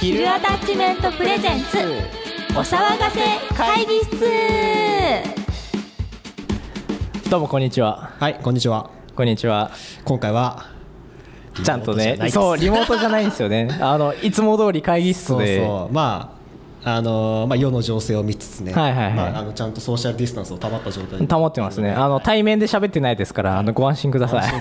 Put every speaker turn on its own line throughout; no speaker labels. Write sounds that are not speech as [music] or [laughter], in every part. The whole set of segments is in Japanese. ヒルアタッチメントプレゼンツお騒がせ会議室
どうもこんにちは
はいこんにちは
こんにちは
今回は
ちゃんとね
そ
そう
う
リモートじゃないんですよ [laughs] ねあのいつも通り会議室
そう
で
そうまああのーまあ世の情勢を見つつね
はいはいはい
まああのちゃんとソーシャルディスタンスを保った状態で
保ってますねあの対面で喋ってないですからあのご安心ください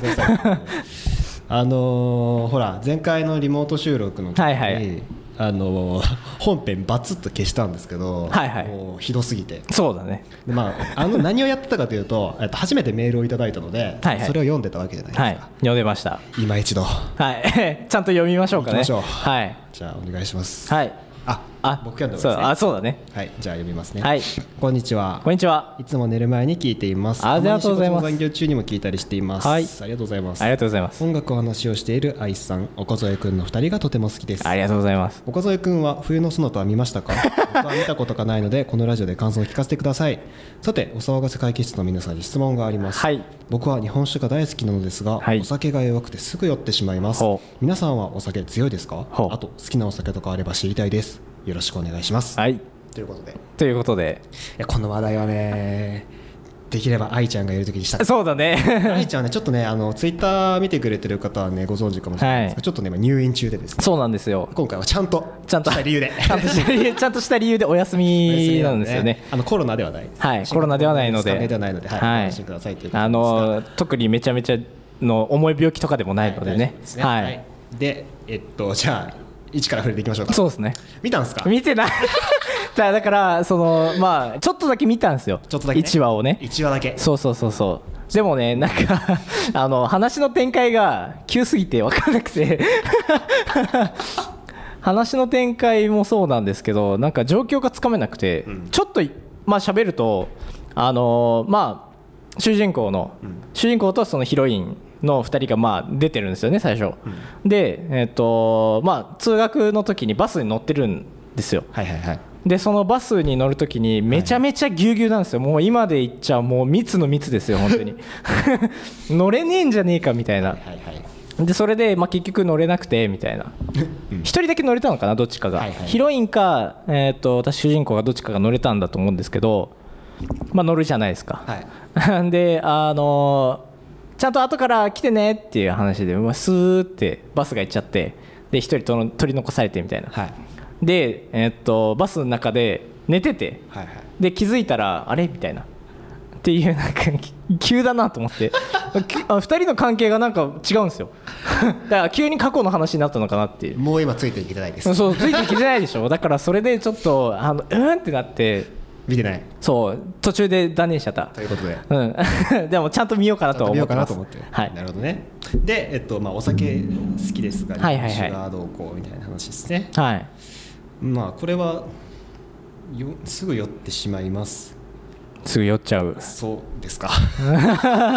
あのーほら前回のリモート収録の時に、
はいはい
あのー本編バツッと消したんですけど、
はいはい
もうひどすぎて
[laughs] そうだね
でまあ、あの何をやってたかというとえっと初めてメールをいただいたので、
はいはい
それを読んでたわけじゃないですか、
はい読んでました
今一度
はい [laughs] ちゃんと読みましょうかね
行きましょう
はい
じゃあお願いします、
はい
あ
あ
僕が読んで
そう
ます、ね、
あそうだね
はいじゃあ読みますね
はい
こんにちは
こんにちはい
つも寝る前に聞いています
ありがとうございます
たに仕事の残業中にも聞いたりしています、
はい
ありがとうございます
ありがとうございます
音楽を話をしているアイスさん岡添くんの二人がとても好きです
ありがとうございます
岡添くんは冬のソナタは見まし
[laughs]
たか僕は見たことがないのでこのラジオで感想を聞かせてくださいさてお騒がせ会議室の皆さんに質問があります、
はい
僕は日本酒が大好きなのですが、
はい
お酒が弱くてすぐ酔ってしまいます
ほ
皆さんはお酒強いですか
ほう
あと好きなお酒とかあれば知りたいですよろしくお願いします、
はい
ということで
ということで
いやこの話題はねできれば愛ちゃんがいる時にしたく
そうだね [laughs]
愛ちゃんはねちょっとねあのツイッター見てくれてる方はねご存知かもしれないですが、
はい
ちょっとね今入院中でですね
そうなんですよ
今回はちゃんと
ちゃんと
した理由で
ちゃん
[laughs]
とした理由ちゃんとした理由でお休み [laughs] なんですよね
あのコロナではない
はい、コロナではないので、
コロナではないので、はい、ご安心くださいということですが
あの特にめちゃめちゃの重い病気とかでもないので
大丈
ね
夫、す
はい、
はいでえっとじゃあ一から触れていきましょうか
そうですね、
見たんですか
見てない、 [laughs] だだから、そのまあ、ちょっとだけ見たんですよ、
ちょっとだけね
1話をね、
一話だけ
そうそうそうそう、でもね、なんか [laughs] あの、話の展開が急すぎて分からなくて。 [laughs] 話の展開もそうなんですけどなんか状況がつかめなくて、ちょっといまあ喋るとあのーまあ主人公の、主人公とそのヒロインの2人がまあ出てるんですよね最初、でえっ、とまあ通学の時にバスに乗ってるんですよ
はいはいはい
でそのバスに乗るときにめちゃめちゃぎゅうぎゅうなんですよ、もう今で言っちゃもう密の密ですよ本当
[laughs]
に乗れねえんじゃねえかみたいな
はいはい
でそれで、まあ、結局乗れなくてみたいな一、人だけ乗れたのかなどっちかが、
はいはい
ヒロインか、えー、と私主人公がどっちかが乗れたんだと思うんですけど、まあ、乗るじゃないですか、
は
[laughs]
い
であのーちゃんと後から来てねっていう話で、まあ、スーってバスが行っちゃってで一人との取り残されてみたいな、
はい
で、えー、とバスの中で寝てて
はいはい
で気づいたらあれみたいなっていうなんか [laughs] き急だなと思ってきあ2人の関係がなんか違うんですよ [laughs] だから急に過去の話になったのかなっていう
もう今ついていけてないです
そうついてきてないでしょだからそれでちょっとあのうーんってなって
見てない
そう途中で断念しちゃった
ということで
うん [laughs] でもちゃんと見ようかなとは
見
思
よ
って
うか
ま
な
す
と思って、
はい
なるほどねで、えっとまあ、お酒好きですが
はい
日
はいはい
本酒がどうこうみたいな話ですね、
はい
まあこれはよすぐ酔ってしまいます
すぐ酔っちゃう
そうですか [laughs]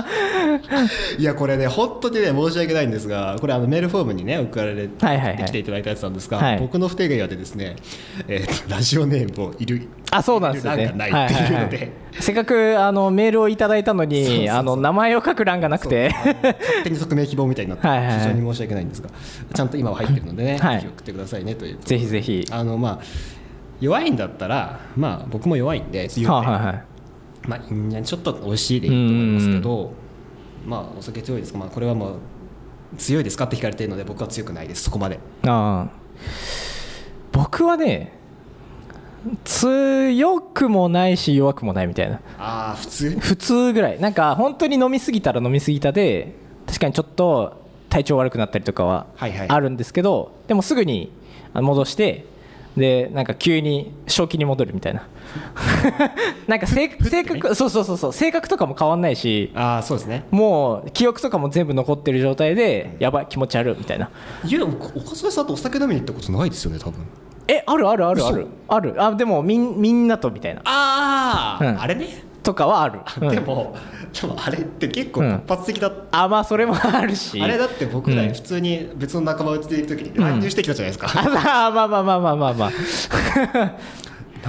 いやこれね本当にね申し訳ないんですがこれあのメールフォームにね送られて
はいはいはい
来ていただいたやつなんですが、
はい
僕の不手際でですね、えっとラジオネームをいる
あそうなんですよね
いる欄がないっていうので、
はははせっかくあのメールをいただいたのに
そうそうそう
あの名前を書く欄がなくて
そうあの勝手に匿名希望みたいになって
はいはいはい
非常に申し訳ないんですがちゃんと今は入ってるのでね、
はい
ぜひ送ってくださいねという
ぜひぜひ
あのまあ弱いんだったらまあ僕も弱いんで強いんで
[laughs] はいはいはい
まあいいんじゃないちょっと美味しいでいいと思いますけどまあお酒強いですかまあこれはもう強いですかって聞かれてるので僕は強くないですそこまで
ああ僕はね強くもないし弱くもないみたいな
ああ普通
普通ぐらいなんか本当に飲みすぎたら飲みすぎたで確かにちょっと体調悪くなったりとかは
はいはい
あるんですけど、でもすぐにあ戻してでなんか急に正気に戻るみたいな [laughs] なんか性格性格そうそうそうそう性格とかも変わんないし
ああそうですね
もう記憶とかも全部残ってる状態でやばい気持ち悪いみたいない
やおかずさんとお酒飲みに行ったことないですよね多分
えあるあるあるあるあるあでもみんみんなとみたいな
ああ、
うん
あれね
とかはある、うん
でも、でもあれって結構
うん
突発的だった
あまあそれもあるし
あれだって僕
う
ら
ん
普通に別の仲間内でいる時に乱入してきたじゃないですか、
あまあまあまあまあまあまあ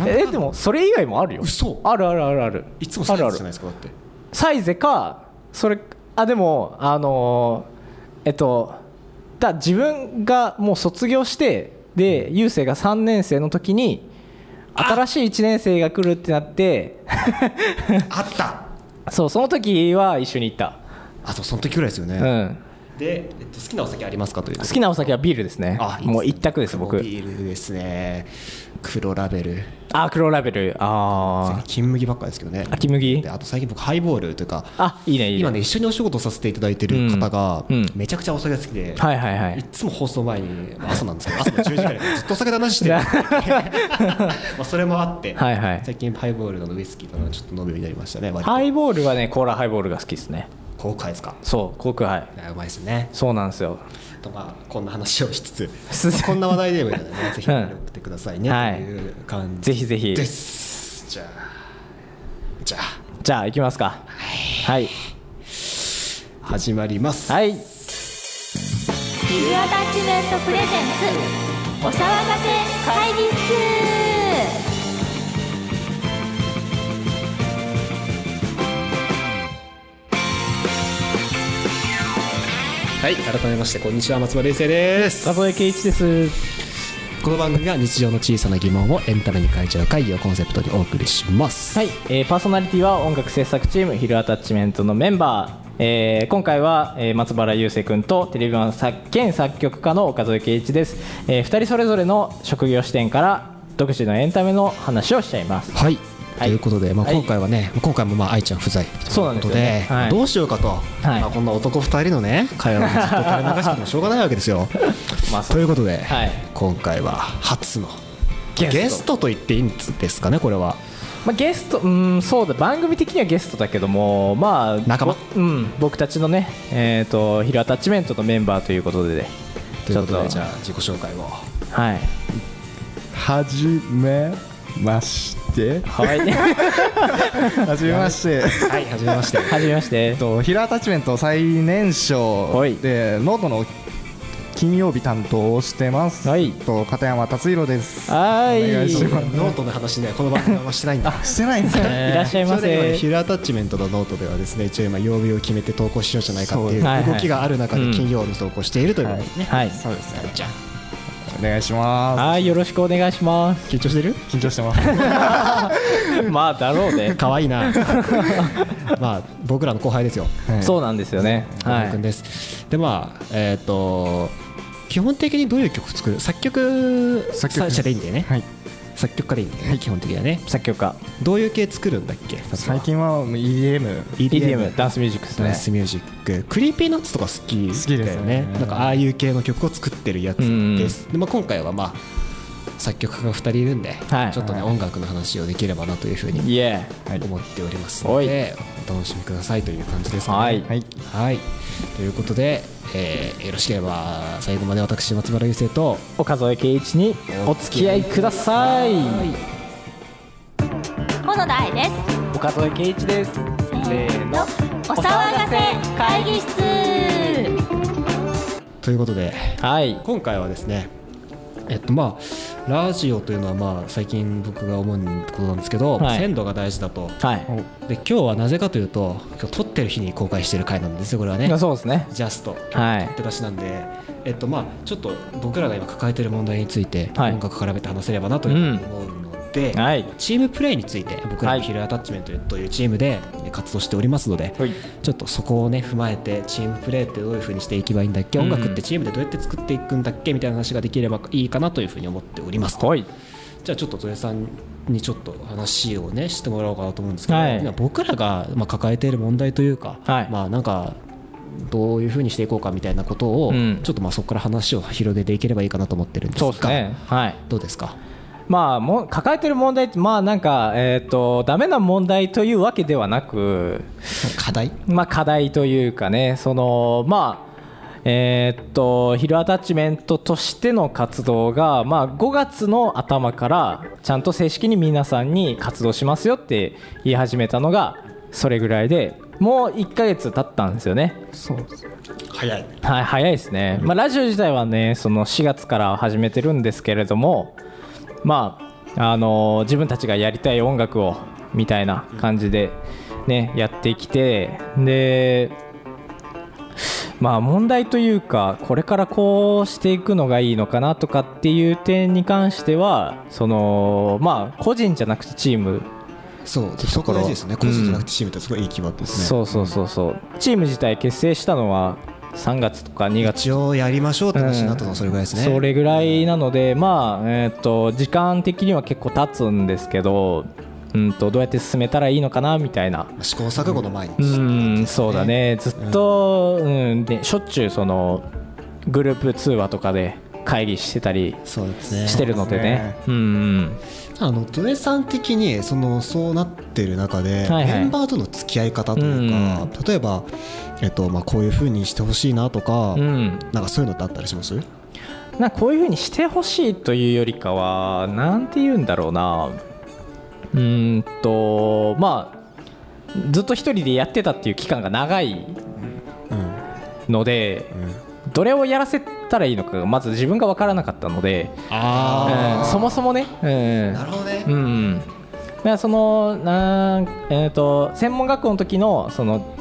えでもそれ以外もあるよ
嘘
あるあるあるある
いつもサイズじゃない
あるある
ですかだって
サイゼかそれあでもあのーえっとだ自分がもう卒業してで雄星が3年生の時に新しい1年生が来るってなって
あった
そうその時は一緒に行った、
あそうその時ぐらいですよね、
うん、
で、えっと、好きなお酒ありますかという
好きなお酒はビールですね
あいいですね
もう一択です僕
ビールですね黒ラベル
あ黒ラベルあ
金麦ばっかですけどね
あ秋麦
であと最近僕ハイボールというか
あいいねいいね
今ね一緒にお仕事させていただいてる方が
うんうん
めちゃくちゃお酒が好きで、
はいはいはい
いつも放送前にまあ朝なんですけど朝の10時ぐらい
[laughs]
からずっとお酒の話してる [laughs] まあそれもあって、
はいはい
最近ハイボールのウイスキーとかちょっと飲むようになりましたね割と
ハイボールはねコーラハイボールが好きですね
後悔ですか
そう航空杯
あうまいですね
そうなんですよ
とまあこんな話をし [laughs] つ
す
つこんな話題でもいいので、ね、ぜひ
うん
送ってくださいね、
はい
という感じ
ぜひぜひ
ですじゃあじゃあ
じゃあ行きますかはい
始まります、
はい
ビルアタッチメントプレゼンツお騒がせ会議室
はい、改めましてこんにちは松葉冷生です
画像圭一です
この番組は日常の小さな疑問をエンタメに変えちゃう会議をコンセプトにお送りします
はい、えーパーソナリティは音楽制作チームヒルアタッチメントのメンバー、えー今回は、えー松原雄生君とテレビマン作兼作曲家の岡添圭一です、え2人それぞれの職業視点から独自のエンタメの話をしちゃいます
はい
はい
ということで、まあ、
はい
今回はね、今回もまあ愛ちゃん不在
そうな
と
いんで
う
す
こ
よ
とで
ねはい
どうしようかと、
い
まあ、こんな男2人のね会話をずっと垂れ流しててもしょうがないわけです [laughs] よ
まあそ
と
う
いうことで、
はい
今回は初のゲ
ゲ
ス
スト
トと言っていいんですかねこれは
まあ、ゲストうんそうだ番組的にはゲストだけどもまあ
仲間
ぼうん、僕たちのねえっ、とヒルアタッチメントのメンバーということでね
ということで
ち
じ
ょっ
ゃあ自己紹介を
はい
はじめまして
[laughs]
はい
はじめまして
はいはじめまして
はじめまして
えっとヒルアタッチメント最年
は
少
い
でノートの金曜日担当をしてます
はい
えっと片山達弘です
はーい
お願いします
ノートの話ねこの番組はしてない
[laughs]
んだ
してないんですね
いらっしゃいま
それで今ね
せ
ヒルアタッチメントのノートではですね一応今曜日を決めて投稿しようじゃないかって
そ
い
うで
う
すね
動きがある中
は
で
いはい
金曜に投稿しているということですね、
はい
そうですね
じゃ
お願いしま
はいよろしくお願いし
[laughs]
ます [laughs]
緊張してる
す緊張してます
まあだろうね
可愛いな [laughs] まあ僕らの後輩ですよ
はい
そうなんですよねは
小野く
い
んですでまあえっ、と基本的にどういう曲作る作曲
作曲で
者
す
でいいんだよね、
はい
作曲家でいいんだよね、基本的にはね
作曲家
どういう系作るんだっけ
最近はもう EDM
EDM ダンスミュージック
ダン
です
ス
ね
ミュージッククリーピーナッツとか好き
好きですね
なんかああいう系の曲を作ってるやつです、でまあ、今回はまあ作曲家が2人いるんで、
はい
ちょっとね、
はい
音楽の話をできればなというふうに
イエ
はい
思っておりますので、お楽しみくださいという感じです
ー
かね
はい
はい
はいということで、えーよろしければ最後まで私松原優生と
岡添圭一にお付き合いください
小野田愛です
岡添圭一ですせー
お
の
騒がせ会議室
ということで
はい
今回はですねえっとまあラジオというのはまあ最近僕が思うことなんですけど、
はい
鮮度が大事だと
はい
で今日はなぜかというと今日撮ってる日に公開してる回なんですよこれはね
まあそうですね
ジャスト
はい
撮って出しなんで、えっとまあ、ちょっと僕らが今抱えてる問題について
はい
音楽絡めて話せればなというふうに思うの
は
で、
い
チームプレーについて僕ら
は
の
い
ヒルアタッチメントというチームで活動しておりますので、
はい
ちょっとそこをね踏まえてチームプレーってどういうふうにしていけばいいんだっけ、
うん
音楽ってチームでどうやって作っていくんだっけみたいな話ができればいいかなというふうに思っておりますと。
はい
じゃあちょっと戸江さんにちょっと話をねしてもらおうかなと思うんですけど、
はい
今僕らがまあ抱えている問題というか、
はい
まあなんかどういうふうにしていこうかみたいなことを、
うん
ちょっとまあそこから話を広げていければいいかなと思ってるんです
そ
が
うですねはい
どうですか
まあ、も抱えてる問題って、まあ、なんか、えっ、と、ダメな問題というわけではなく、
課題
まあ、課題というかね、その、まあ、えーっと、ヒルアタッチメントとしての活動が、まあ、5月の頭から、ちゃんと正式に皆さんに活動しますよって言い始めたのが、それぐらいで、もう1ヶ月経ったんですよね。
そうです
早い
はい、早いですね、まあ、ラジオ自体はねその4月から始めてるんですけれどもまああの自分たちがやりたい音楽をみたいな感じでねやってきてでまあ問題というかこれからこうしていくのがいいのかなとかっていう点に関してはそのまあ個人じゃなくてチーム
そう
そこ大事ですね個人じゃな
う
く
ん
てチームってすごいいいキーワードですね、
そうそうそうそうチーム自体結成したのは3月とか2月
一応やりましょうって話になったのはそれぐらいですね、
それぐらいなので、まあえー、と時間的には結構経つんですけど、うん、とどうやって進めたらいいのかなみたいな。
試行錯誤の毎
う
日、
んそうだねずっと、うん、でしょっちゅうそのグループ通話とかで会議してたり
そうですね
してるのでね。うんうん
あの土江さん的にそのそうなってる中で、
はいはい
メンバーとの付き合い方というか、
うん
例えば、えっとまあ、こういうふうにしてほしいなとか、
うん
なんかそういうのってあったりします
なんかこういうふうにしてほしいというよりかはなんて言うんだろうなうーんとまあずっと一人でやってたっていう期間が長いので、どれをやらせたらいいのかがまず自分が分からなかったので、うんそもそもね、うん、
るほどね
うん、だからそのなん、えー、と専門学校の時のその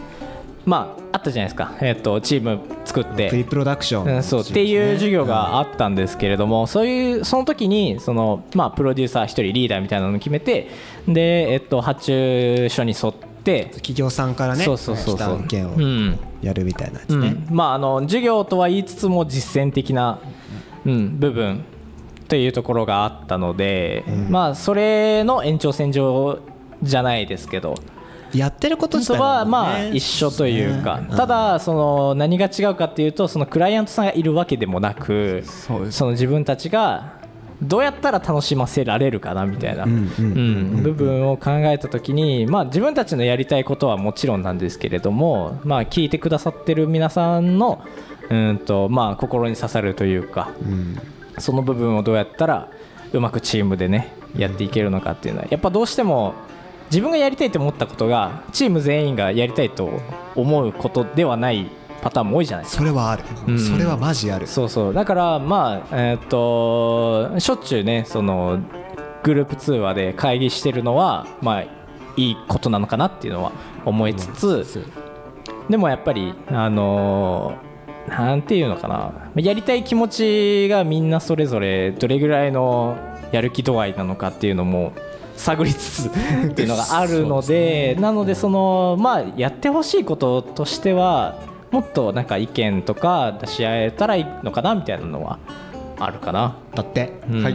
まああったじゃないですか、えー、とチーム作って
プリプロダクション、
うん、そうっていう授業があったんですけれども、そういうその時にその、まあ、プロデューサー1人リーダーみたいなのを決めてで、えっと、発注書に沿って、
企業さんからね
そうそうそうそ
来た
う、
案件を
うん
やるみたいなやつ
う
ね、
んまあ、あの授業とは言いつつも実践的な、うん、部分というところがあったので、まあ、それの延長線上じゃないですけど。
やってること自
と
体
は
も
まあ
ね
一緒というか、
そうですね
ただその何が違うかっていうとそのクライアントさんがいるわけでもなく
そうです
その自分たちがどうやったら楽しませられるかなみたいなうん部分を考えた時にまあ自分たちのやりたいことはもちろんなんですけれどもまあ聞いてくださってる皆さんのうんとまあ心に刺さるというかその部分をどうやったらうまくチームでねやっていけるのかっていうのはやっぱどうしても自分がやりたいと思ったことがチーム全員がやりたいと思うことではないパターンも多いじゃないですか
それはある、
うん
それはマジある
そうそうだからまあえーっとしょっちゅうねそのグループ通話で会議してるのはまあいいことなのかなっていうのは思いつつでもやっぱりあのーなんていうのかなやりたい気持ちがみんなそれぞれどれぐらいのやる気度合いなのかっていうのも探りつつっていうのがあるのでなのでそのまあやってほしいこととしてはもっとなんか意見とか出し合えたらいいのかなみたいなのはあるかな。
だって
[laughs] はい、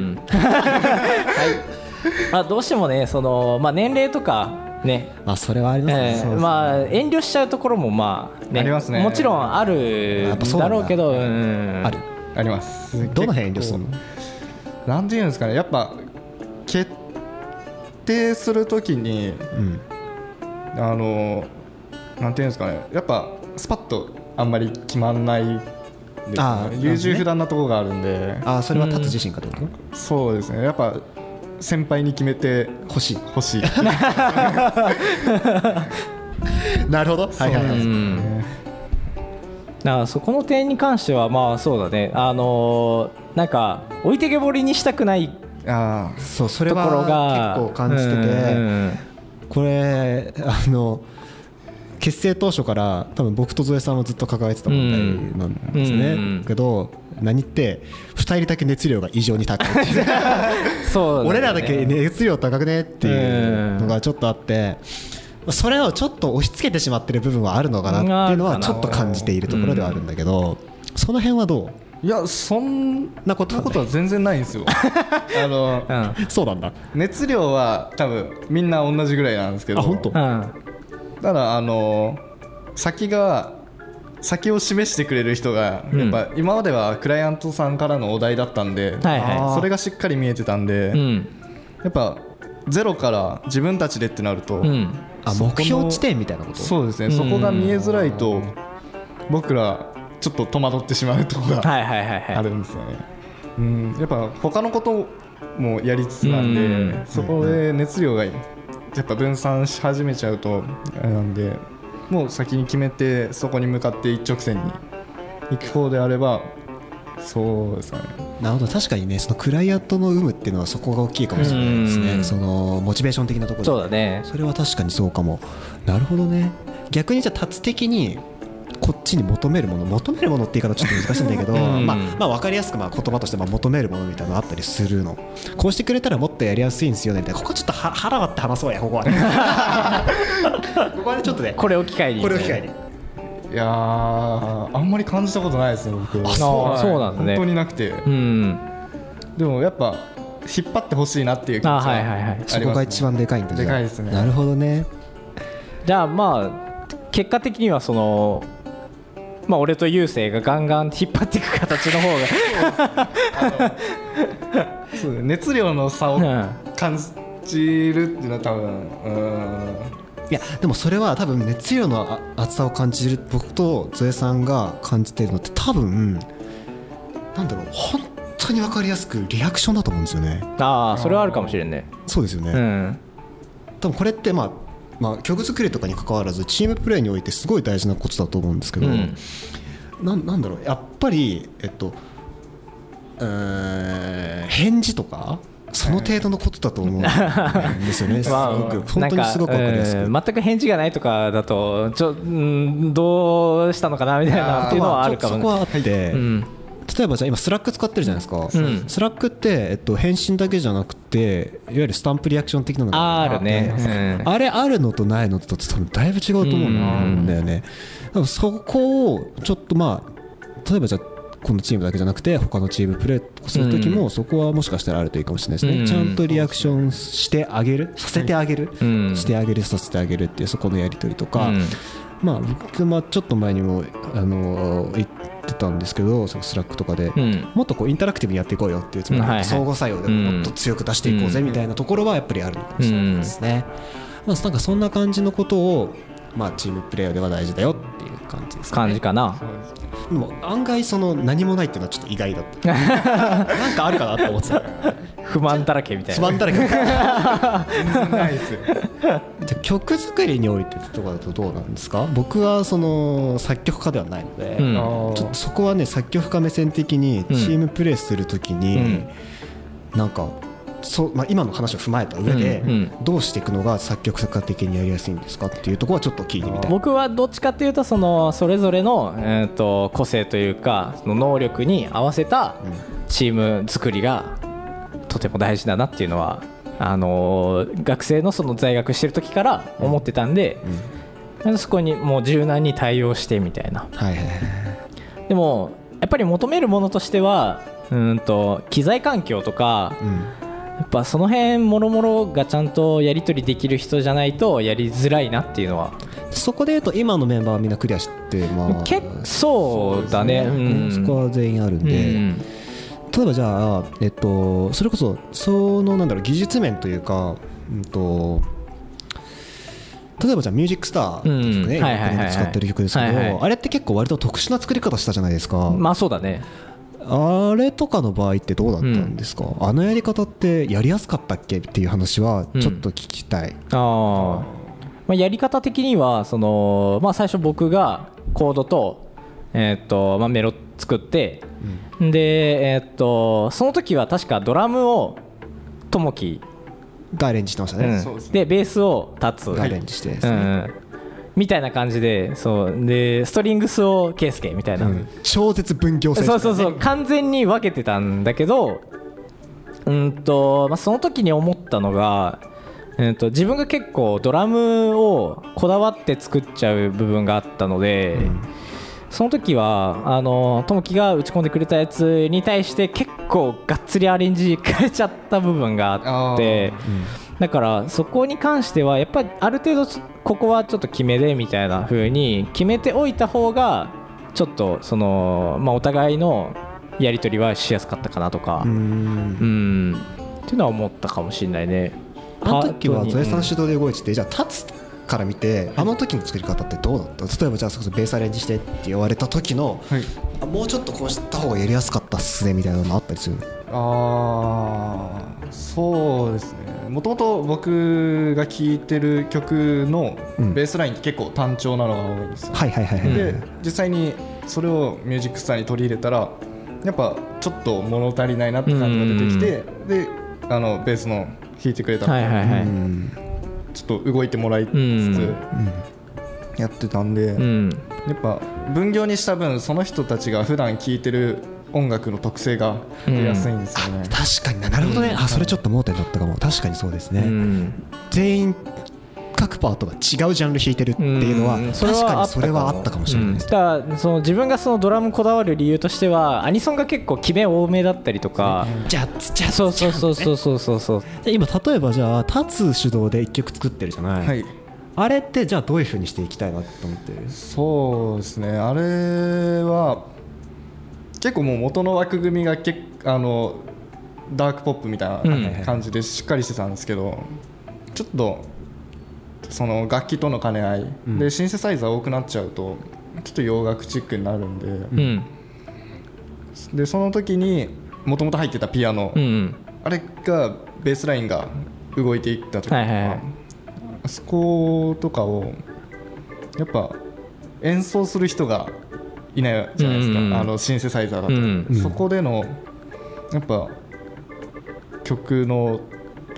あどうしてもねその、まあ、年齢とかね
まあそれはありますね、
ええまあ遠慮しちゃうところもまあね
ありますね
もちろんある
やっぱそうな
だ
ん
ろ
だ
うけどうん
ある
あります
どの辺遠慮するの
結構なんていうんですかねやっぱ決定するときに
うん
あのなんていうんですかねやっぱスパッとあんまり決まんないです
あ
ね
ー
優柔不断なところがあるんで
ああそれは立つ自身かってこと、
そうですねやっぱ先輩に決めて
欲しい
ほしい
[laughs] なるほどはい [laughs] はいはい、
うんだからそこの点に関してはまあそうだねあのーなんか置いてけぼりにしたくない
あ
そうそれ
とこ
は
ろが
結構感じてて、
うん
これあの結成当初から多分僕とゾエさんはずっと抱えてた問題なんですね、
うんうん
けど何って2人だけ熱量が異常に高い
[laughs]
っていう
そう
俺らだ
ね
け熱量高くねっていうのがちょっとあってそれをちょっと押し付けてしまってる部分はあるのかなっていうのはちょっと感じているところではあるんだけど、その辺はどう
あいやそん
なこと
な
は
こ
ない
とは全然ないんで
[laughs]
すよあの
うん
そうなんだ
熱量は多分みんな同じぐらいなんですけど
あ本当
うん
ただあの先が先を示してくれる人が、
うん
やっぱ今まではクライアントさんからのお題だったんで、
はいはい
あーそれがしっかり見えてたんで、
うん
やっぱゼロから自分たちでってなると、
うん
あ
そこの
目標地点みたいなこと
そうですね、
うん
そこが見えづらいと僕らちょっと戸惑ってしまうところが
はいはいはい
あ
はい
るんですよね、うん、やっぱ他のこともやりつつなんで、
うん
そこで熱量がやっぱ分散し始めちゃうとあれなんでもう先に決めてそこに向かって一直線に行く方であればそうですかね
なるほど確かにねそのクライアントの有無っていうのはそこが大きいかもしれないです
うん
ねそのモチベーション的なところ
そうだね
それは確かにそうかもなるほどね逆にじゃあ達的にこっちに求めるもの求めるものって言い方ちょっと難しいんだけど、
うん
まあ、まあ分かりやすくまあ言葉としてまあ求めるものみたいなのあったりするのこうしてくれたらもっとやりやすいんですよねみたいなここちょっとは腹割って話そうやここはねここはねちょっとね
これを機会に
これを機会に
いやーあんまり感じたことないですね僕
あ
そう
はい
そうなんですね
本当になくて
うん
でもやっぱ引っ張ってほしいなっていう気持ち
あはいはいはい
そこが一番でかいんだじゃあ
でかいですね
なるほどね
じゃあまあ結果的にはそのまあ俺と雄星がガンガン引っ張っていく形の方が
そう熱量の差を感じるっていうのは多分うん
いやでもそれは多分熱量のあ厚さを感じる僕とゾエさんが感じてるのって多分なんだろう本当に分かりやすくリアクションだと思うんですよね
ああそれはあるかもしれんね
そうですよね、
うん
多分これってまあまあ、曲作りとかに関わらずチームプレーにおいてすごい大事なことだと思うんですけ
う
ど、
ん
なんなんだろうやっぱりえっとうーん返事とかその程度のことだと思うんですよね、す
[laughs] まあ
ごく本当にすごく分かりやすく。
うん全く返事がないとかだとちょ、うん、どうしたのかなみたいなっていうのはあるかも
そこはあって、
うん
例えばじゃあ今スラック使ってるじゃないですか、
ん
スラックって、えっと、返信だけじゃなくていわゆるスタンプリアクション的なのが
あるね、うん
あれあるのとないのと多分だいぶ違うと思うんだよね。多分そこをちょっとまあ例えばじゃあこのチームだけじゃなくて他のチームプレーする時
う
もそこはもしかしたらあるといいかもしれないですね、
うん
ちゃんとリアクションしてあげるさせてあげる、
うん
してあげるさせてあげるっていうそこのやり取りとか、
うん
まあ僕もちょっと前にもあの言ってたんですけどそのスラックとかで、
うん
もっとこうインタラクティブにやっていこうよっていうつまり、
うんはいはい
相互作用でもっと強く出していこうぜみたいなところはやっぱりあるのかもしれないですね、まあ、なんかそんな感じのことを、まあ、チームプレーでは大事だよっていう感じですか
感
ね
じかな
でも案外その何もないっていうのはちょっと意外だった
[laughs]
なんかあるかなって思ってた
不満だらけみたい
不
な
満だらけじ
全然ないですよ
ゃあ曲作りにおいてとかだとどうなんですか僕はその作曲家ではないので、
うん
あー
ちょっとそこはね作曲家目線的に
うん
チームプレーするときに、なんかそう、まあ、今の話を踏まえた上で、
うんうん
どうしていくのが作曲家的にやりやすいんですかっていうところはちょっと聞いてみたい。
僕はどっちかっていうとそのそれぞれの、えー、と個性というかその能力に合わせたチーム作りがとても大事だなっていうのはあのー学生のその在学してる時から思ってたんで、そこにもう柔軟に対応してみたいな
はいはいはい
でもやっぱり求めるものとしてはうーんと機材環境とか、やっぱその辺もろもろがちゃんとやり取りできる人じゃないとやりづらいなっていうのは
そこで言うと今のメンバーはみんなクリアしてます
結構そうだねうん
そこは全員あるん
う
で、
ん
例えばじゃあ、えっと、それこそそのなんだろう技術面というか、うん、と例えばじゃあ「ミュージックスター」って曲ね、
うんはいはいはいはい
今使ってる曲ですけど、
はいはい
あれって結構割と特殊な作り方したじゃないですか、
まあそうだね
あれとかの場合ってどうだったんですか、あのやり方ってやりやすかったっけっていう話はちょっと聞きたい、
あーまあ、やり方的にはその、まあ、最初僕がコードと,、えーっとまあ、メロ作って、で、えーっとその時は確かドラムをともき
がアレンジしてましたね、
うん
そうですね
でベースを立つ、
がアレンジしてです
う
ね、
ん、みたいな感じでそうでストリングスをケースケみたいな、
うん超絶分業制
そうそうそう完全に分けてたんだけどうんと、まあ、その時に思ったのが、うん、と自分が結構ドラムをこだわって作っちゃう部分があったので、その時はあのトモキが打ち込んでくれたやつに対して結構がっつりアレンジ変えちゃった部分があって。だからそこに関してはやっぱりある程度ここはちょっと決めでみたいな風に決めておいた方がちょっとそのまあお互いのやり取りはしやすかったかなとか
うん
うんっていうのは思ったかもしれないね
あの時はゾエ
パー
さん
トに
主導で動いててじゃあ立つから見てあの時の作り方ってどうだった例えばじゃあそれこそベースアレンジしてって言われた時の、
はい
あもうちょっとこうした方がやりやすかったっすねみたいなのあったりするの
ああそうですねもともと僕が聴いてる曲の
うん
ベースラインって結構単調なのが多いんですよ、
はいはいはいはい、
で実際にそれをミュージックスターに取り入れたらやっぱちょっと物足りないなって感じが出てきてであのベースの弾いてくれた
はいはいはい
うん
ちょっと動いてもらいつつ、
うん
やってたんで、
うん
やっぱ分業にした分その人たちが普段聴いてる音楽の特性が出やすいんですよね、
確かにななるほどね、あそれちょっと盲点だったかも確かにそうですね、
うん
全員各パートが違うジャンル弾いてるっていうのは、
うんそれ
確
は
か
あったかも
にそれはあったかもしれないです、
だからその自分がそのドラムこだわる理由としてはアニソンが結構キメ多めだったりとか
ジャッツジャッツ
そうそうそうそうそうそうそう
で今例えばじゃあ立つ主導で1曲作ってるじゃない、
はい
あれってじゃあどういうふうにしていきたいなと思ってる
そうですねあれは結構もう元の枠組みがけあのダークポップみたい
うん
な感じでしっかりしてたんですけど、ちょっとその楽器との兼ね合い、
ん
でシンセサイザー多くなっちゃうとちょっと洋楽チックになるんで,、
うん
でその時にもともと入ってたピアノ、
うんうん
あれがベースラインが動いていった時とか、
はいはいはい
あそことかをやっぱ演奏する人がいないじゃないですか、
うんうん
あのシンセサイザーだと、
うん
うん
そこでのやっぱ曲の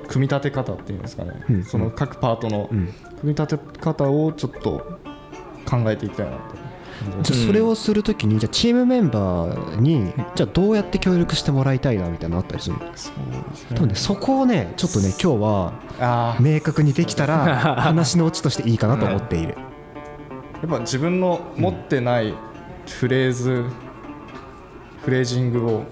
組み立て方っていうんですかね、
うん
その各パートの
うん
組み立て方をちょっと考えていきたいなと。
じゃあそれをするときにじゃあチームメンバーにじゃあどうやって協力してもらいたいなみたいなのあったりするの多分ねそこをねちょっとね今日は
ああ
明確にできたら話のオチとしていいかなと思っている、
やっぱ自分の持ってないフレーズ、フレージングを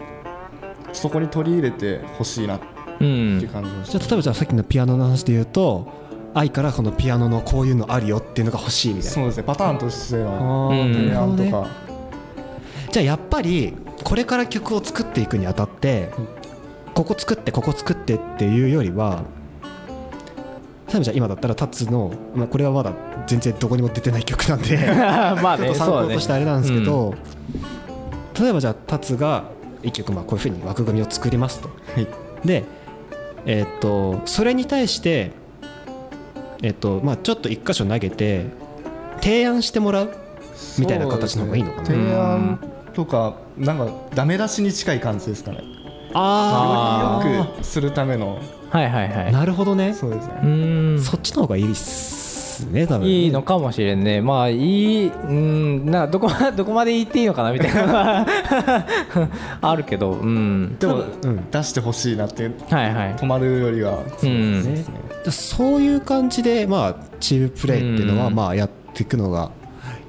そこに取り入れてほしいなっ
う
ていうん感じがし
じゃあ例えばじゃあさっきのピアノの話で言うと愛からこのピアノのこういうのあるよっていうのが欲しいみたいな
そうですねパターンとしては
あ
う
ー
ん
提
なる
案
ほど
と
ね
か、
じゃあやっぱりこれから曲を作っていくにあたってここ作ってここ作ってっていうよりは例えばじゃあ今だったらタッツの、まあ、これはまだ全然どこにも出てない曲なんで
[laughs] まあ
[laughs] ちょっ
ね
と参
そう
考
だね
としてあれなんですけど、例えばじゃあタツが1曲まあこういうふうに枠組みを作りますと
はい
で、えーっとそれに対して、えーっとまあ、ちょっと1箇所投げて提案してもらうみたいな形の方がいいのかな
そうですね提案とかなんかダメ出しに近い感じですかね
あー
よくするための
はいはいはい
なるほどね
そうです
う
ね
ん
そっちの方がいいっすね多分
いいのかもしれんねまあいいうんなどこ [laughs] どこまで言っていいのかなみたいなのは [laughs] あるけどうん
でも、
ん
出してほしいなっていう
はいはい
止まるよりはそうですね、
じゃあそういう感じで、まあ、チームプレーっていうのは、
うん
まあ、やっていくのが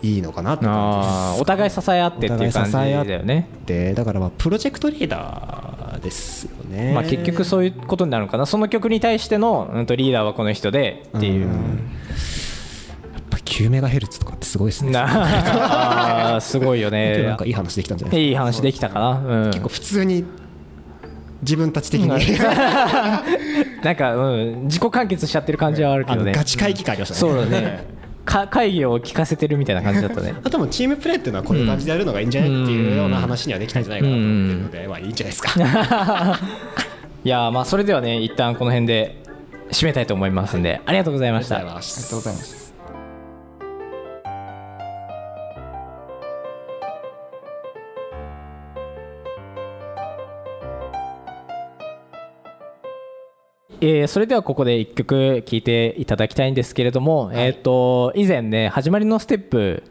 いいのかなって感
あーお互い支え合ってっていう感じだよ
お互い支え合
ね
じでだからまあプロジェクトリーダーですよね、
まあ、結局そういうことになるのかなその曲に対しての、うん、とリーダーはこの人でっていう、
やっぱ9メガヘルツとかってすごいですね
なあーすごいよ
[laughs] 今日
ね
なんかいい話できたんじゃないで
いい話できたかな、うん、
すか結構普通に自分たち的に、
うん
あ
なんか、うん、自己完結しちゃってる感じはあるけど
の
ね
ガチ会議感ありましたね
そうだね [laughs] か会議を聞かせてるみたいな感じだった
[laughs]
ね
あともチームプレーっていうのはこういう感じでやるのがいいんじゃない、っていうような話にはできたんじゃないかなと思ってるので、まあいいんじゃないですか
いやーまあそれではね一旦この辺で締めたいと思いますんでありがとうございました
ありがとうございます
ありがとうございます
えーそれではここで1曲聴いていただきたいんですけれども、えー、と以前ね「始まりのステップ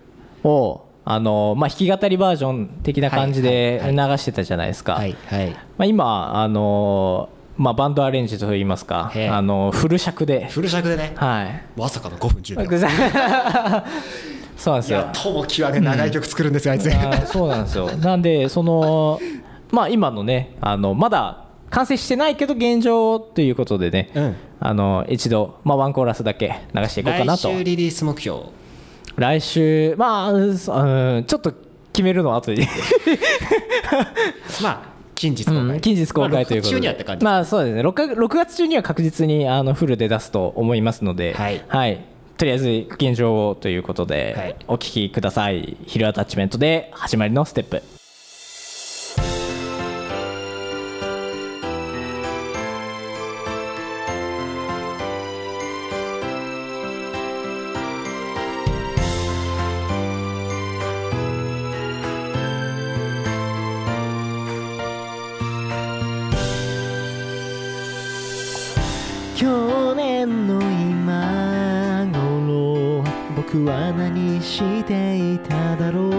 を」あのまあ、弾き語りバージョン的な感じで
は
流
い
してたじゃないですか、
はいはい
まあ、今あの、まあ、バンドアレンジといいますか
へえ
あのフル尺で、
フル尺でね
はい、 [laughs]
まさかの5分10秒
そうなんです
い
よ
やともきわね長い曲作るんですよ、あいつ
あーそうなんですよ [laughs] なんでそのまあ今のねあのまだ完成してないけど現状ということでね、
うん
あの一度、まあ、ワンコーラスだけ流していこうかな
来
と
週リリース目標
来週まあうんうんちょっと決めるのは
[laughs]
後で、
まあ近日公開、
うん近日公開ということで、
まあ、6月中にはって感じ、
まあそうですね 6, か6月中には確実にあのフルで出すと思いますので、
はい
とりあえず現状をということで、
はい
お聞きください「ヒルアタッチメント」で始まりのステップ去年の今頃僕
僕は何していただろう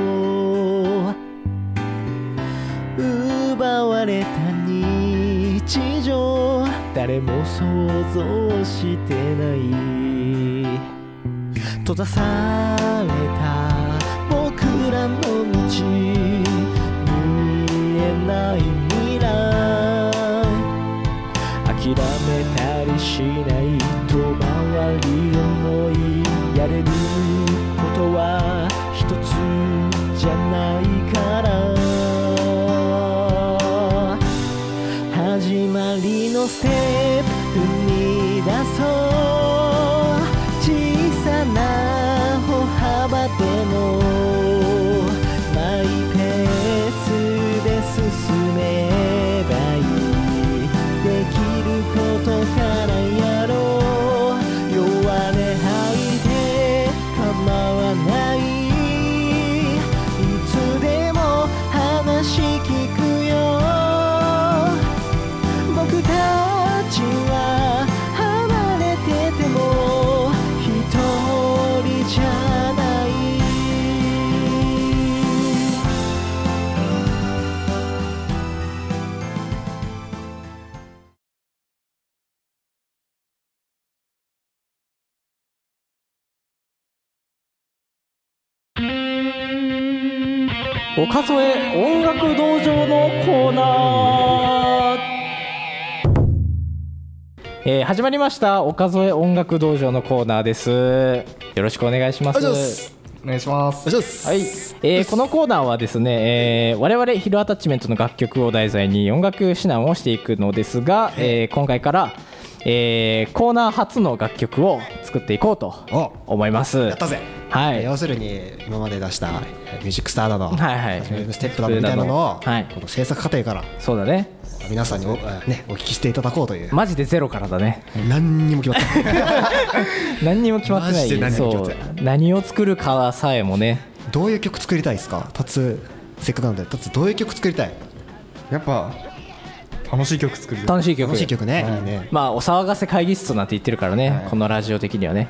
奪われた日常誰も想像してない閉ざされた僕らの道見えない未来諦めたりしない遠回り思いやれることは一つじゃないから始まりのステップ踏み出そう小さな歩幅でもマイペースで進めばいいできることからやろう弱音吐いて構わないいつでも話聞くよ僕たちは離れてても一人じゃない
おかそえ音楽道場のコーナー、えー始まりましたおかそえ音楽道場のコーナーですよろしくお願いします
お願いします
はい、えーこのコーナーはですね、えー、我々ヒルアタッチメントの楽曲を題材に音楽指南をしていくのですが、えー今回から、えーコーナー初の楽曲を作っていこうと
お
思います
やったぜ
はい
要するに今まで出したえーミュージックスターだの、
はいはい
ステップだのみたいなのを、
はい
この制作過程から
そうだね
皆さんにお,えー、ね、お聞きしていただこうという、
マジでゼロからだね
何にも決まってない [laughs]
何にも決まってない
マジで何にも決ま
そ
って
う
ない
何を作るかさえもね
どういう曲作りたいですかタツせっかくなのでタツどういう曲作りたい
やっぱ楽しい曲作る
楽しい曲
楽しい曲ね、いいね
まあお騒がせ会議室なんて言ってるからね、このラジオ的にはね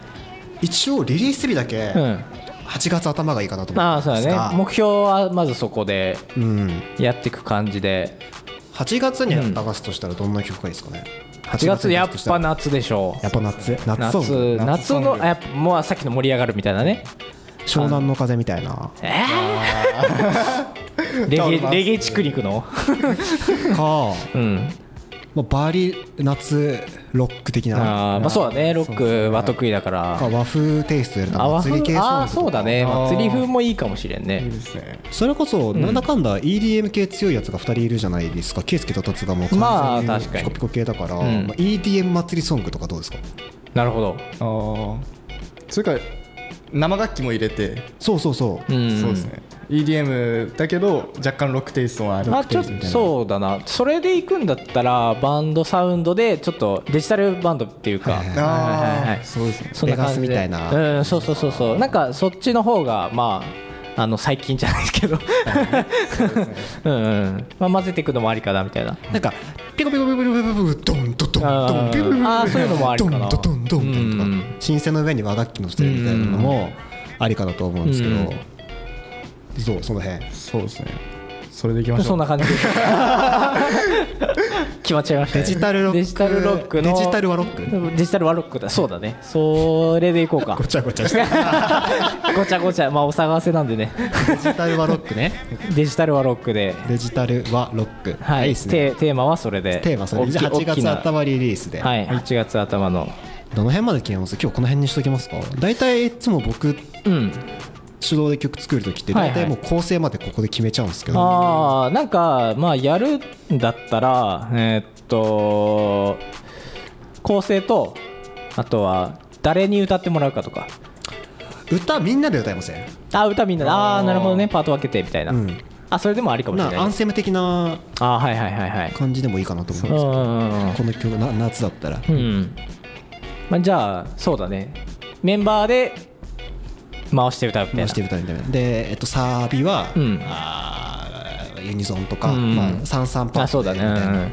一応リリース日だけ
うん
8月頭がいいかなと思
ま
っ
あ
て
そう
ます
だ
が、
ね目標はまずそこで
うん、
やっていく感じで
8月に流すとしたらどんな曲がいいですかね
8月やっぱ
な
夏でしょう
やっぱ夏夏ソン
夏
グ
夏
ソング
のあやっぱもうさっきの盛り上がるみたいなね
湘南の風みたいな
えーレ [laughs] ゲエレゲエ地区に行くの
か、
うん
まあ、バリ夏ロック的な
あーまあそうだねロックは得意だか
から和風テイストより
あ
なんか祭り系ソングとか
あーそうだね祭り風もいいかもしれんね
いですね
それこそなんだかんだ EDM 系強いやつが2人いるじゃないですか圭介と達がもう
まあ
完全
確
に
かに
ピコピコ系だから、
ん
まあ EDM 祭りソングとかどうですか
なるほど
ああそれから生楽器も入れて、
そうそうそう、
うん
そうですね EDM だけど若干ロックテイストはある
まあちょっとそうだなそれで行くんだったらバンドサウンドでちょっとデジタルバンドっていうかはいはいはいはい
そうですね
そんな感じで
ベガスみたいな
うんそうそうそうそうなんかそっちの方がまああの最近じゃないですけどうんうんまあ混ぜていくのもありかなみたいな
なんかピコピコピコピコピコピコドンドドン
あ
ド
ー
ンピコピコピコ
あーそういうのもありかな
ドンドドンドンみたいな
う
の
ん
とか新鮮の上に和楽器のせてるみたいなのもありかだと思うんですけど、そうその辺
そうですねそれでいきまし
そ
ょ
ん
う
な感じで決まっちゃいましたね
デジタルロック
デジタルロックの
デジタルはロッ
デジタルはロックだそうだねそれでいこうか
ごちゃごちゃして
ごちゃごちゃまあお騒がせなん
[laughs]
でね
デジタルはロックね
デジタルはロックで
デジタルはロック
はい
い
い
ですね
テテーマはそれで
テーマそれ
大き
じゃあ8
大き
月
な
頭リリースで、
はい8月頭の
どの辺まで決めます今日この辺にしときますか大体いつも僕
うん
主導で曲作る時って
はいは
大
い
体もう構成までここで決めちゃうんですけど、
ああなんかまあやるんだったらえーっと構成とあとは誰に歌ってもらうかとか
歌みんなで歌いません
あ歌みんなでああなるほどねパート分けてみたいな、
うん
あそれでもありかもしれ
な
ない
アン
です
セム的な
あーはいはいはいはい
感じでもいいかなと思う
う
んで
ん
す
う
けど
んうんうん
この曲な夏だったら
うんまあ、じゃあそうだねメンバーで回して歌うみたい
回
な
して歌みたいなで、えっと、サビは、
うん
あーユニゾンとか、
うん
まあ、三三パ
あ
ー
そ
ト
うだ
でみ
ね
たいな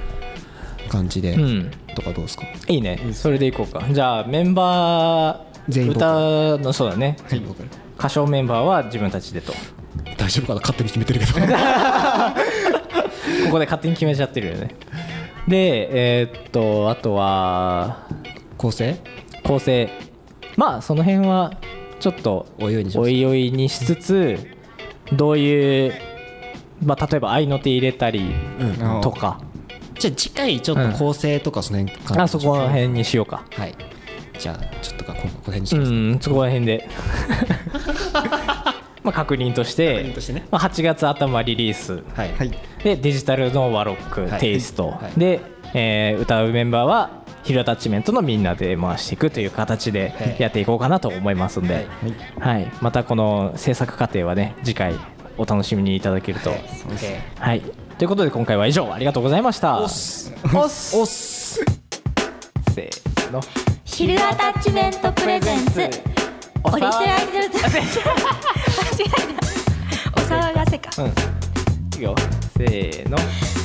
感じで、
うん、うん
とかどうですか
いいねそれでいこうかじゃあメンバー
全員ボーカル
歌のそうだね
全員ボーカル
歌唱メンバーは自分たちでとこ
大丈夫かな勝手に決めてる
[laughs]
けど
こで勝手に決めちゃってるよねでえーっとあとは
構成
構成まあその辺はちょっと
おいおいにします
おいおいにしつつどういう、まあ、例えば合いの手入れたりとか、
じゃあ次回ちょっと構成とかその辺考えま
あ
しょ
そうこら辺にしようか
はいじゃあちょっとかここの辺にし
う
ます、
んそこら辺
[laughs]
でまあ確認として
認としてね
まあ、8月頭リリース
はい、
はい
でデジタルの和ロック、
はい
テイスト、
はい
で、えー歌うメンバーはヒルアタッチメントのみんなで回していくという形で
はい
やっていこうかなと思いますんで、
はい
はいまたこの制作過程はね次回お楽しみにいただけると。はい
え
ということで今回は以上ありがとうございました。
ーおっす
おっす
おっす
せーの
ヒルアタッチメントプレゼンツオリジナル間違え [laughs] たお騒がせか
うんいいよせーの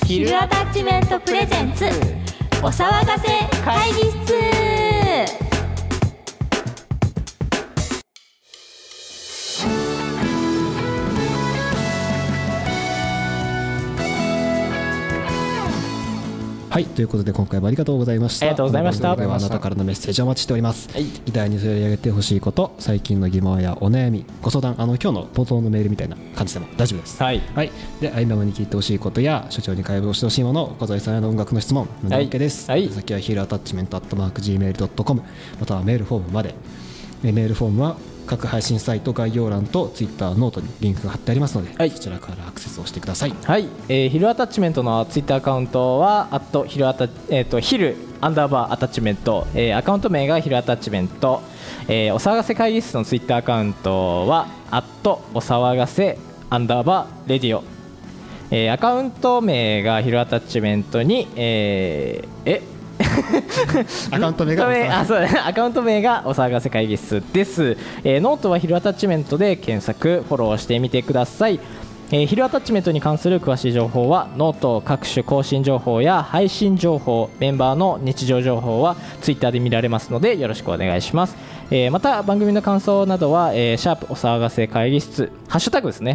ヒルアタッチメントプレゼンツお騒がせ会議室
はいということで今回もありがとうございました
ありがとうございました
この番組ではあなたからのメッセージをお待ちしております、
はい
議題に取り上げてほしいこと最近の疑問やお悩みご相談あの今日の冒頭のメールみたいな感じでも大丈夫です
はい
はい、で、アイママに聞いてほしいことや、所長に解剖してほしいもの、岡添さんへの音楽の質問、などけです。
はい
宛先はヒールアタッチメントアットマーク Gmail.com、またはメールフォームまで。えメールフォームは各配信サイト概要欄と Twitter、ノートにリンクが貼ってありますので、
はい
そちらからアクセスをしてください。
はい、えー、ヒルアタッチメントのツイッターアカウントは、あとヒルアタ、えっ、と、ヒルアンダーバーアタッチメント、えーアカウント名がヒルアタッチメント。えーお騒がせ会議室のツイッターアカウントは、あとお騒がせアンダーバーレディオ。えーアカウント名がヒルアタッチメントに、えーえ。
[laughs] アカウント名がお騒がせ
あそう [laughs] だねアカウント名がお騒がせ会議室です、えーノートはヒルアタッチメントで検索フォローしてみてください、えーヒルアタッチメントに関する詳しい情報はノート各種更新情報や配信情報メンバーの日常情報はツイッターで見られますのでよろしくお願いします、えーまた番組の感想などは、えーシャープお騒がせ会議室ハッシュタグですね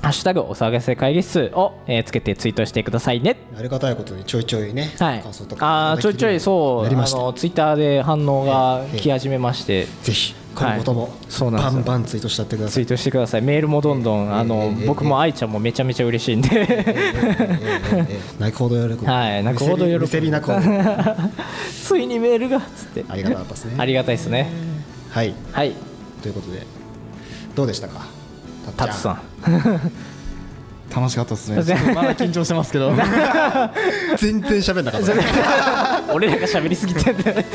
ハッシュタグお騒がせ会議室を、えーつけてツイートしてくださいね
ありがたいことにちょいちょいね
はい、あーちょいちょいそうあのツイッターで反応が
ええ
来始めまして、
ぜひ
今後ともはいそうなんですよバン
ンツイートしちゃってくだ
ツイートしてくださいメールもどんどん、あの
ええ
僕も愛ちゃんもめちゃめちゃ嬉しいんで
泣くほど喜ぶ
はい泣くほど喜ぶ
見せび泣くほど
[laughs] [laughs] ついにメールがっつって
ありがたかったですね
ありがたいですね
はい
はい
ということでどうでしたか
タ
たっちゃ
ツさん
楽しかったですねちょっと [laughs] まだ緊張してま
[laughs]
すけどは
全然喋んなかったね
俺らが喋りすぎてんだよね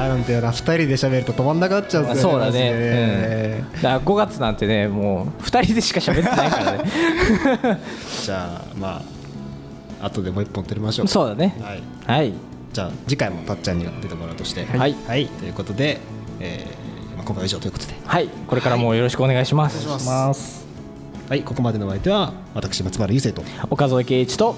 あなんてよな2人で喋ると止まんなくなっちゃうんですよ
そうだね、
ね
うん、だから5月なんてねもう2人でしか喋ってないから
[laughs]
ね
じゃあまあ後でもう一本撮りましょう
そうだね
はい
はい
じゃあ次回もたっちゃんには出てもらうとして
はい
はいということでえーまあ今回は以上ということで
はいこれからもよろしくお願いします、
します
ます
はいここまでのお相手は私松原優生と
岡添圭一と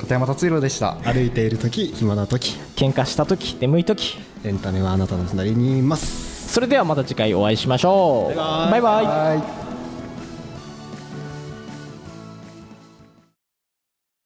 片山達弘でした
歩いている時暇な時
喧嘩した時眠い時
エンタメはあなたの隣にいます
それではまた次回お会いしましょうバイバイ
はい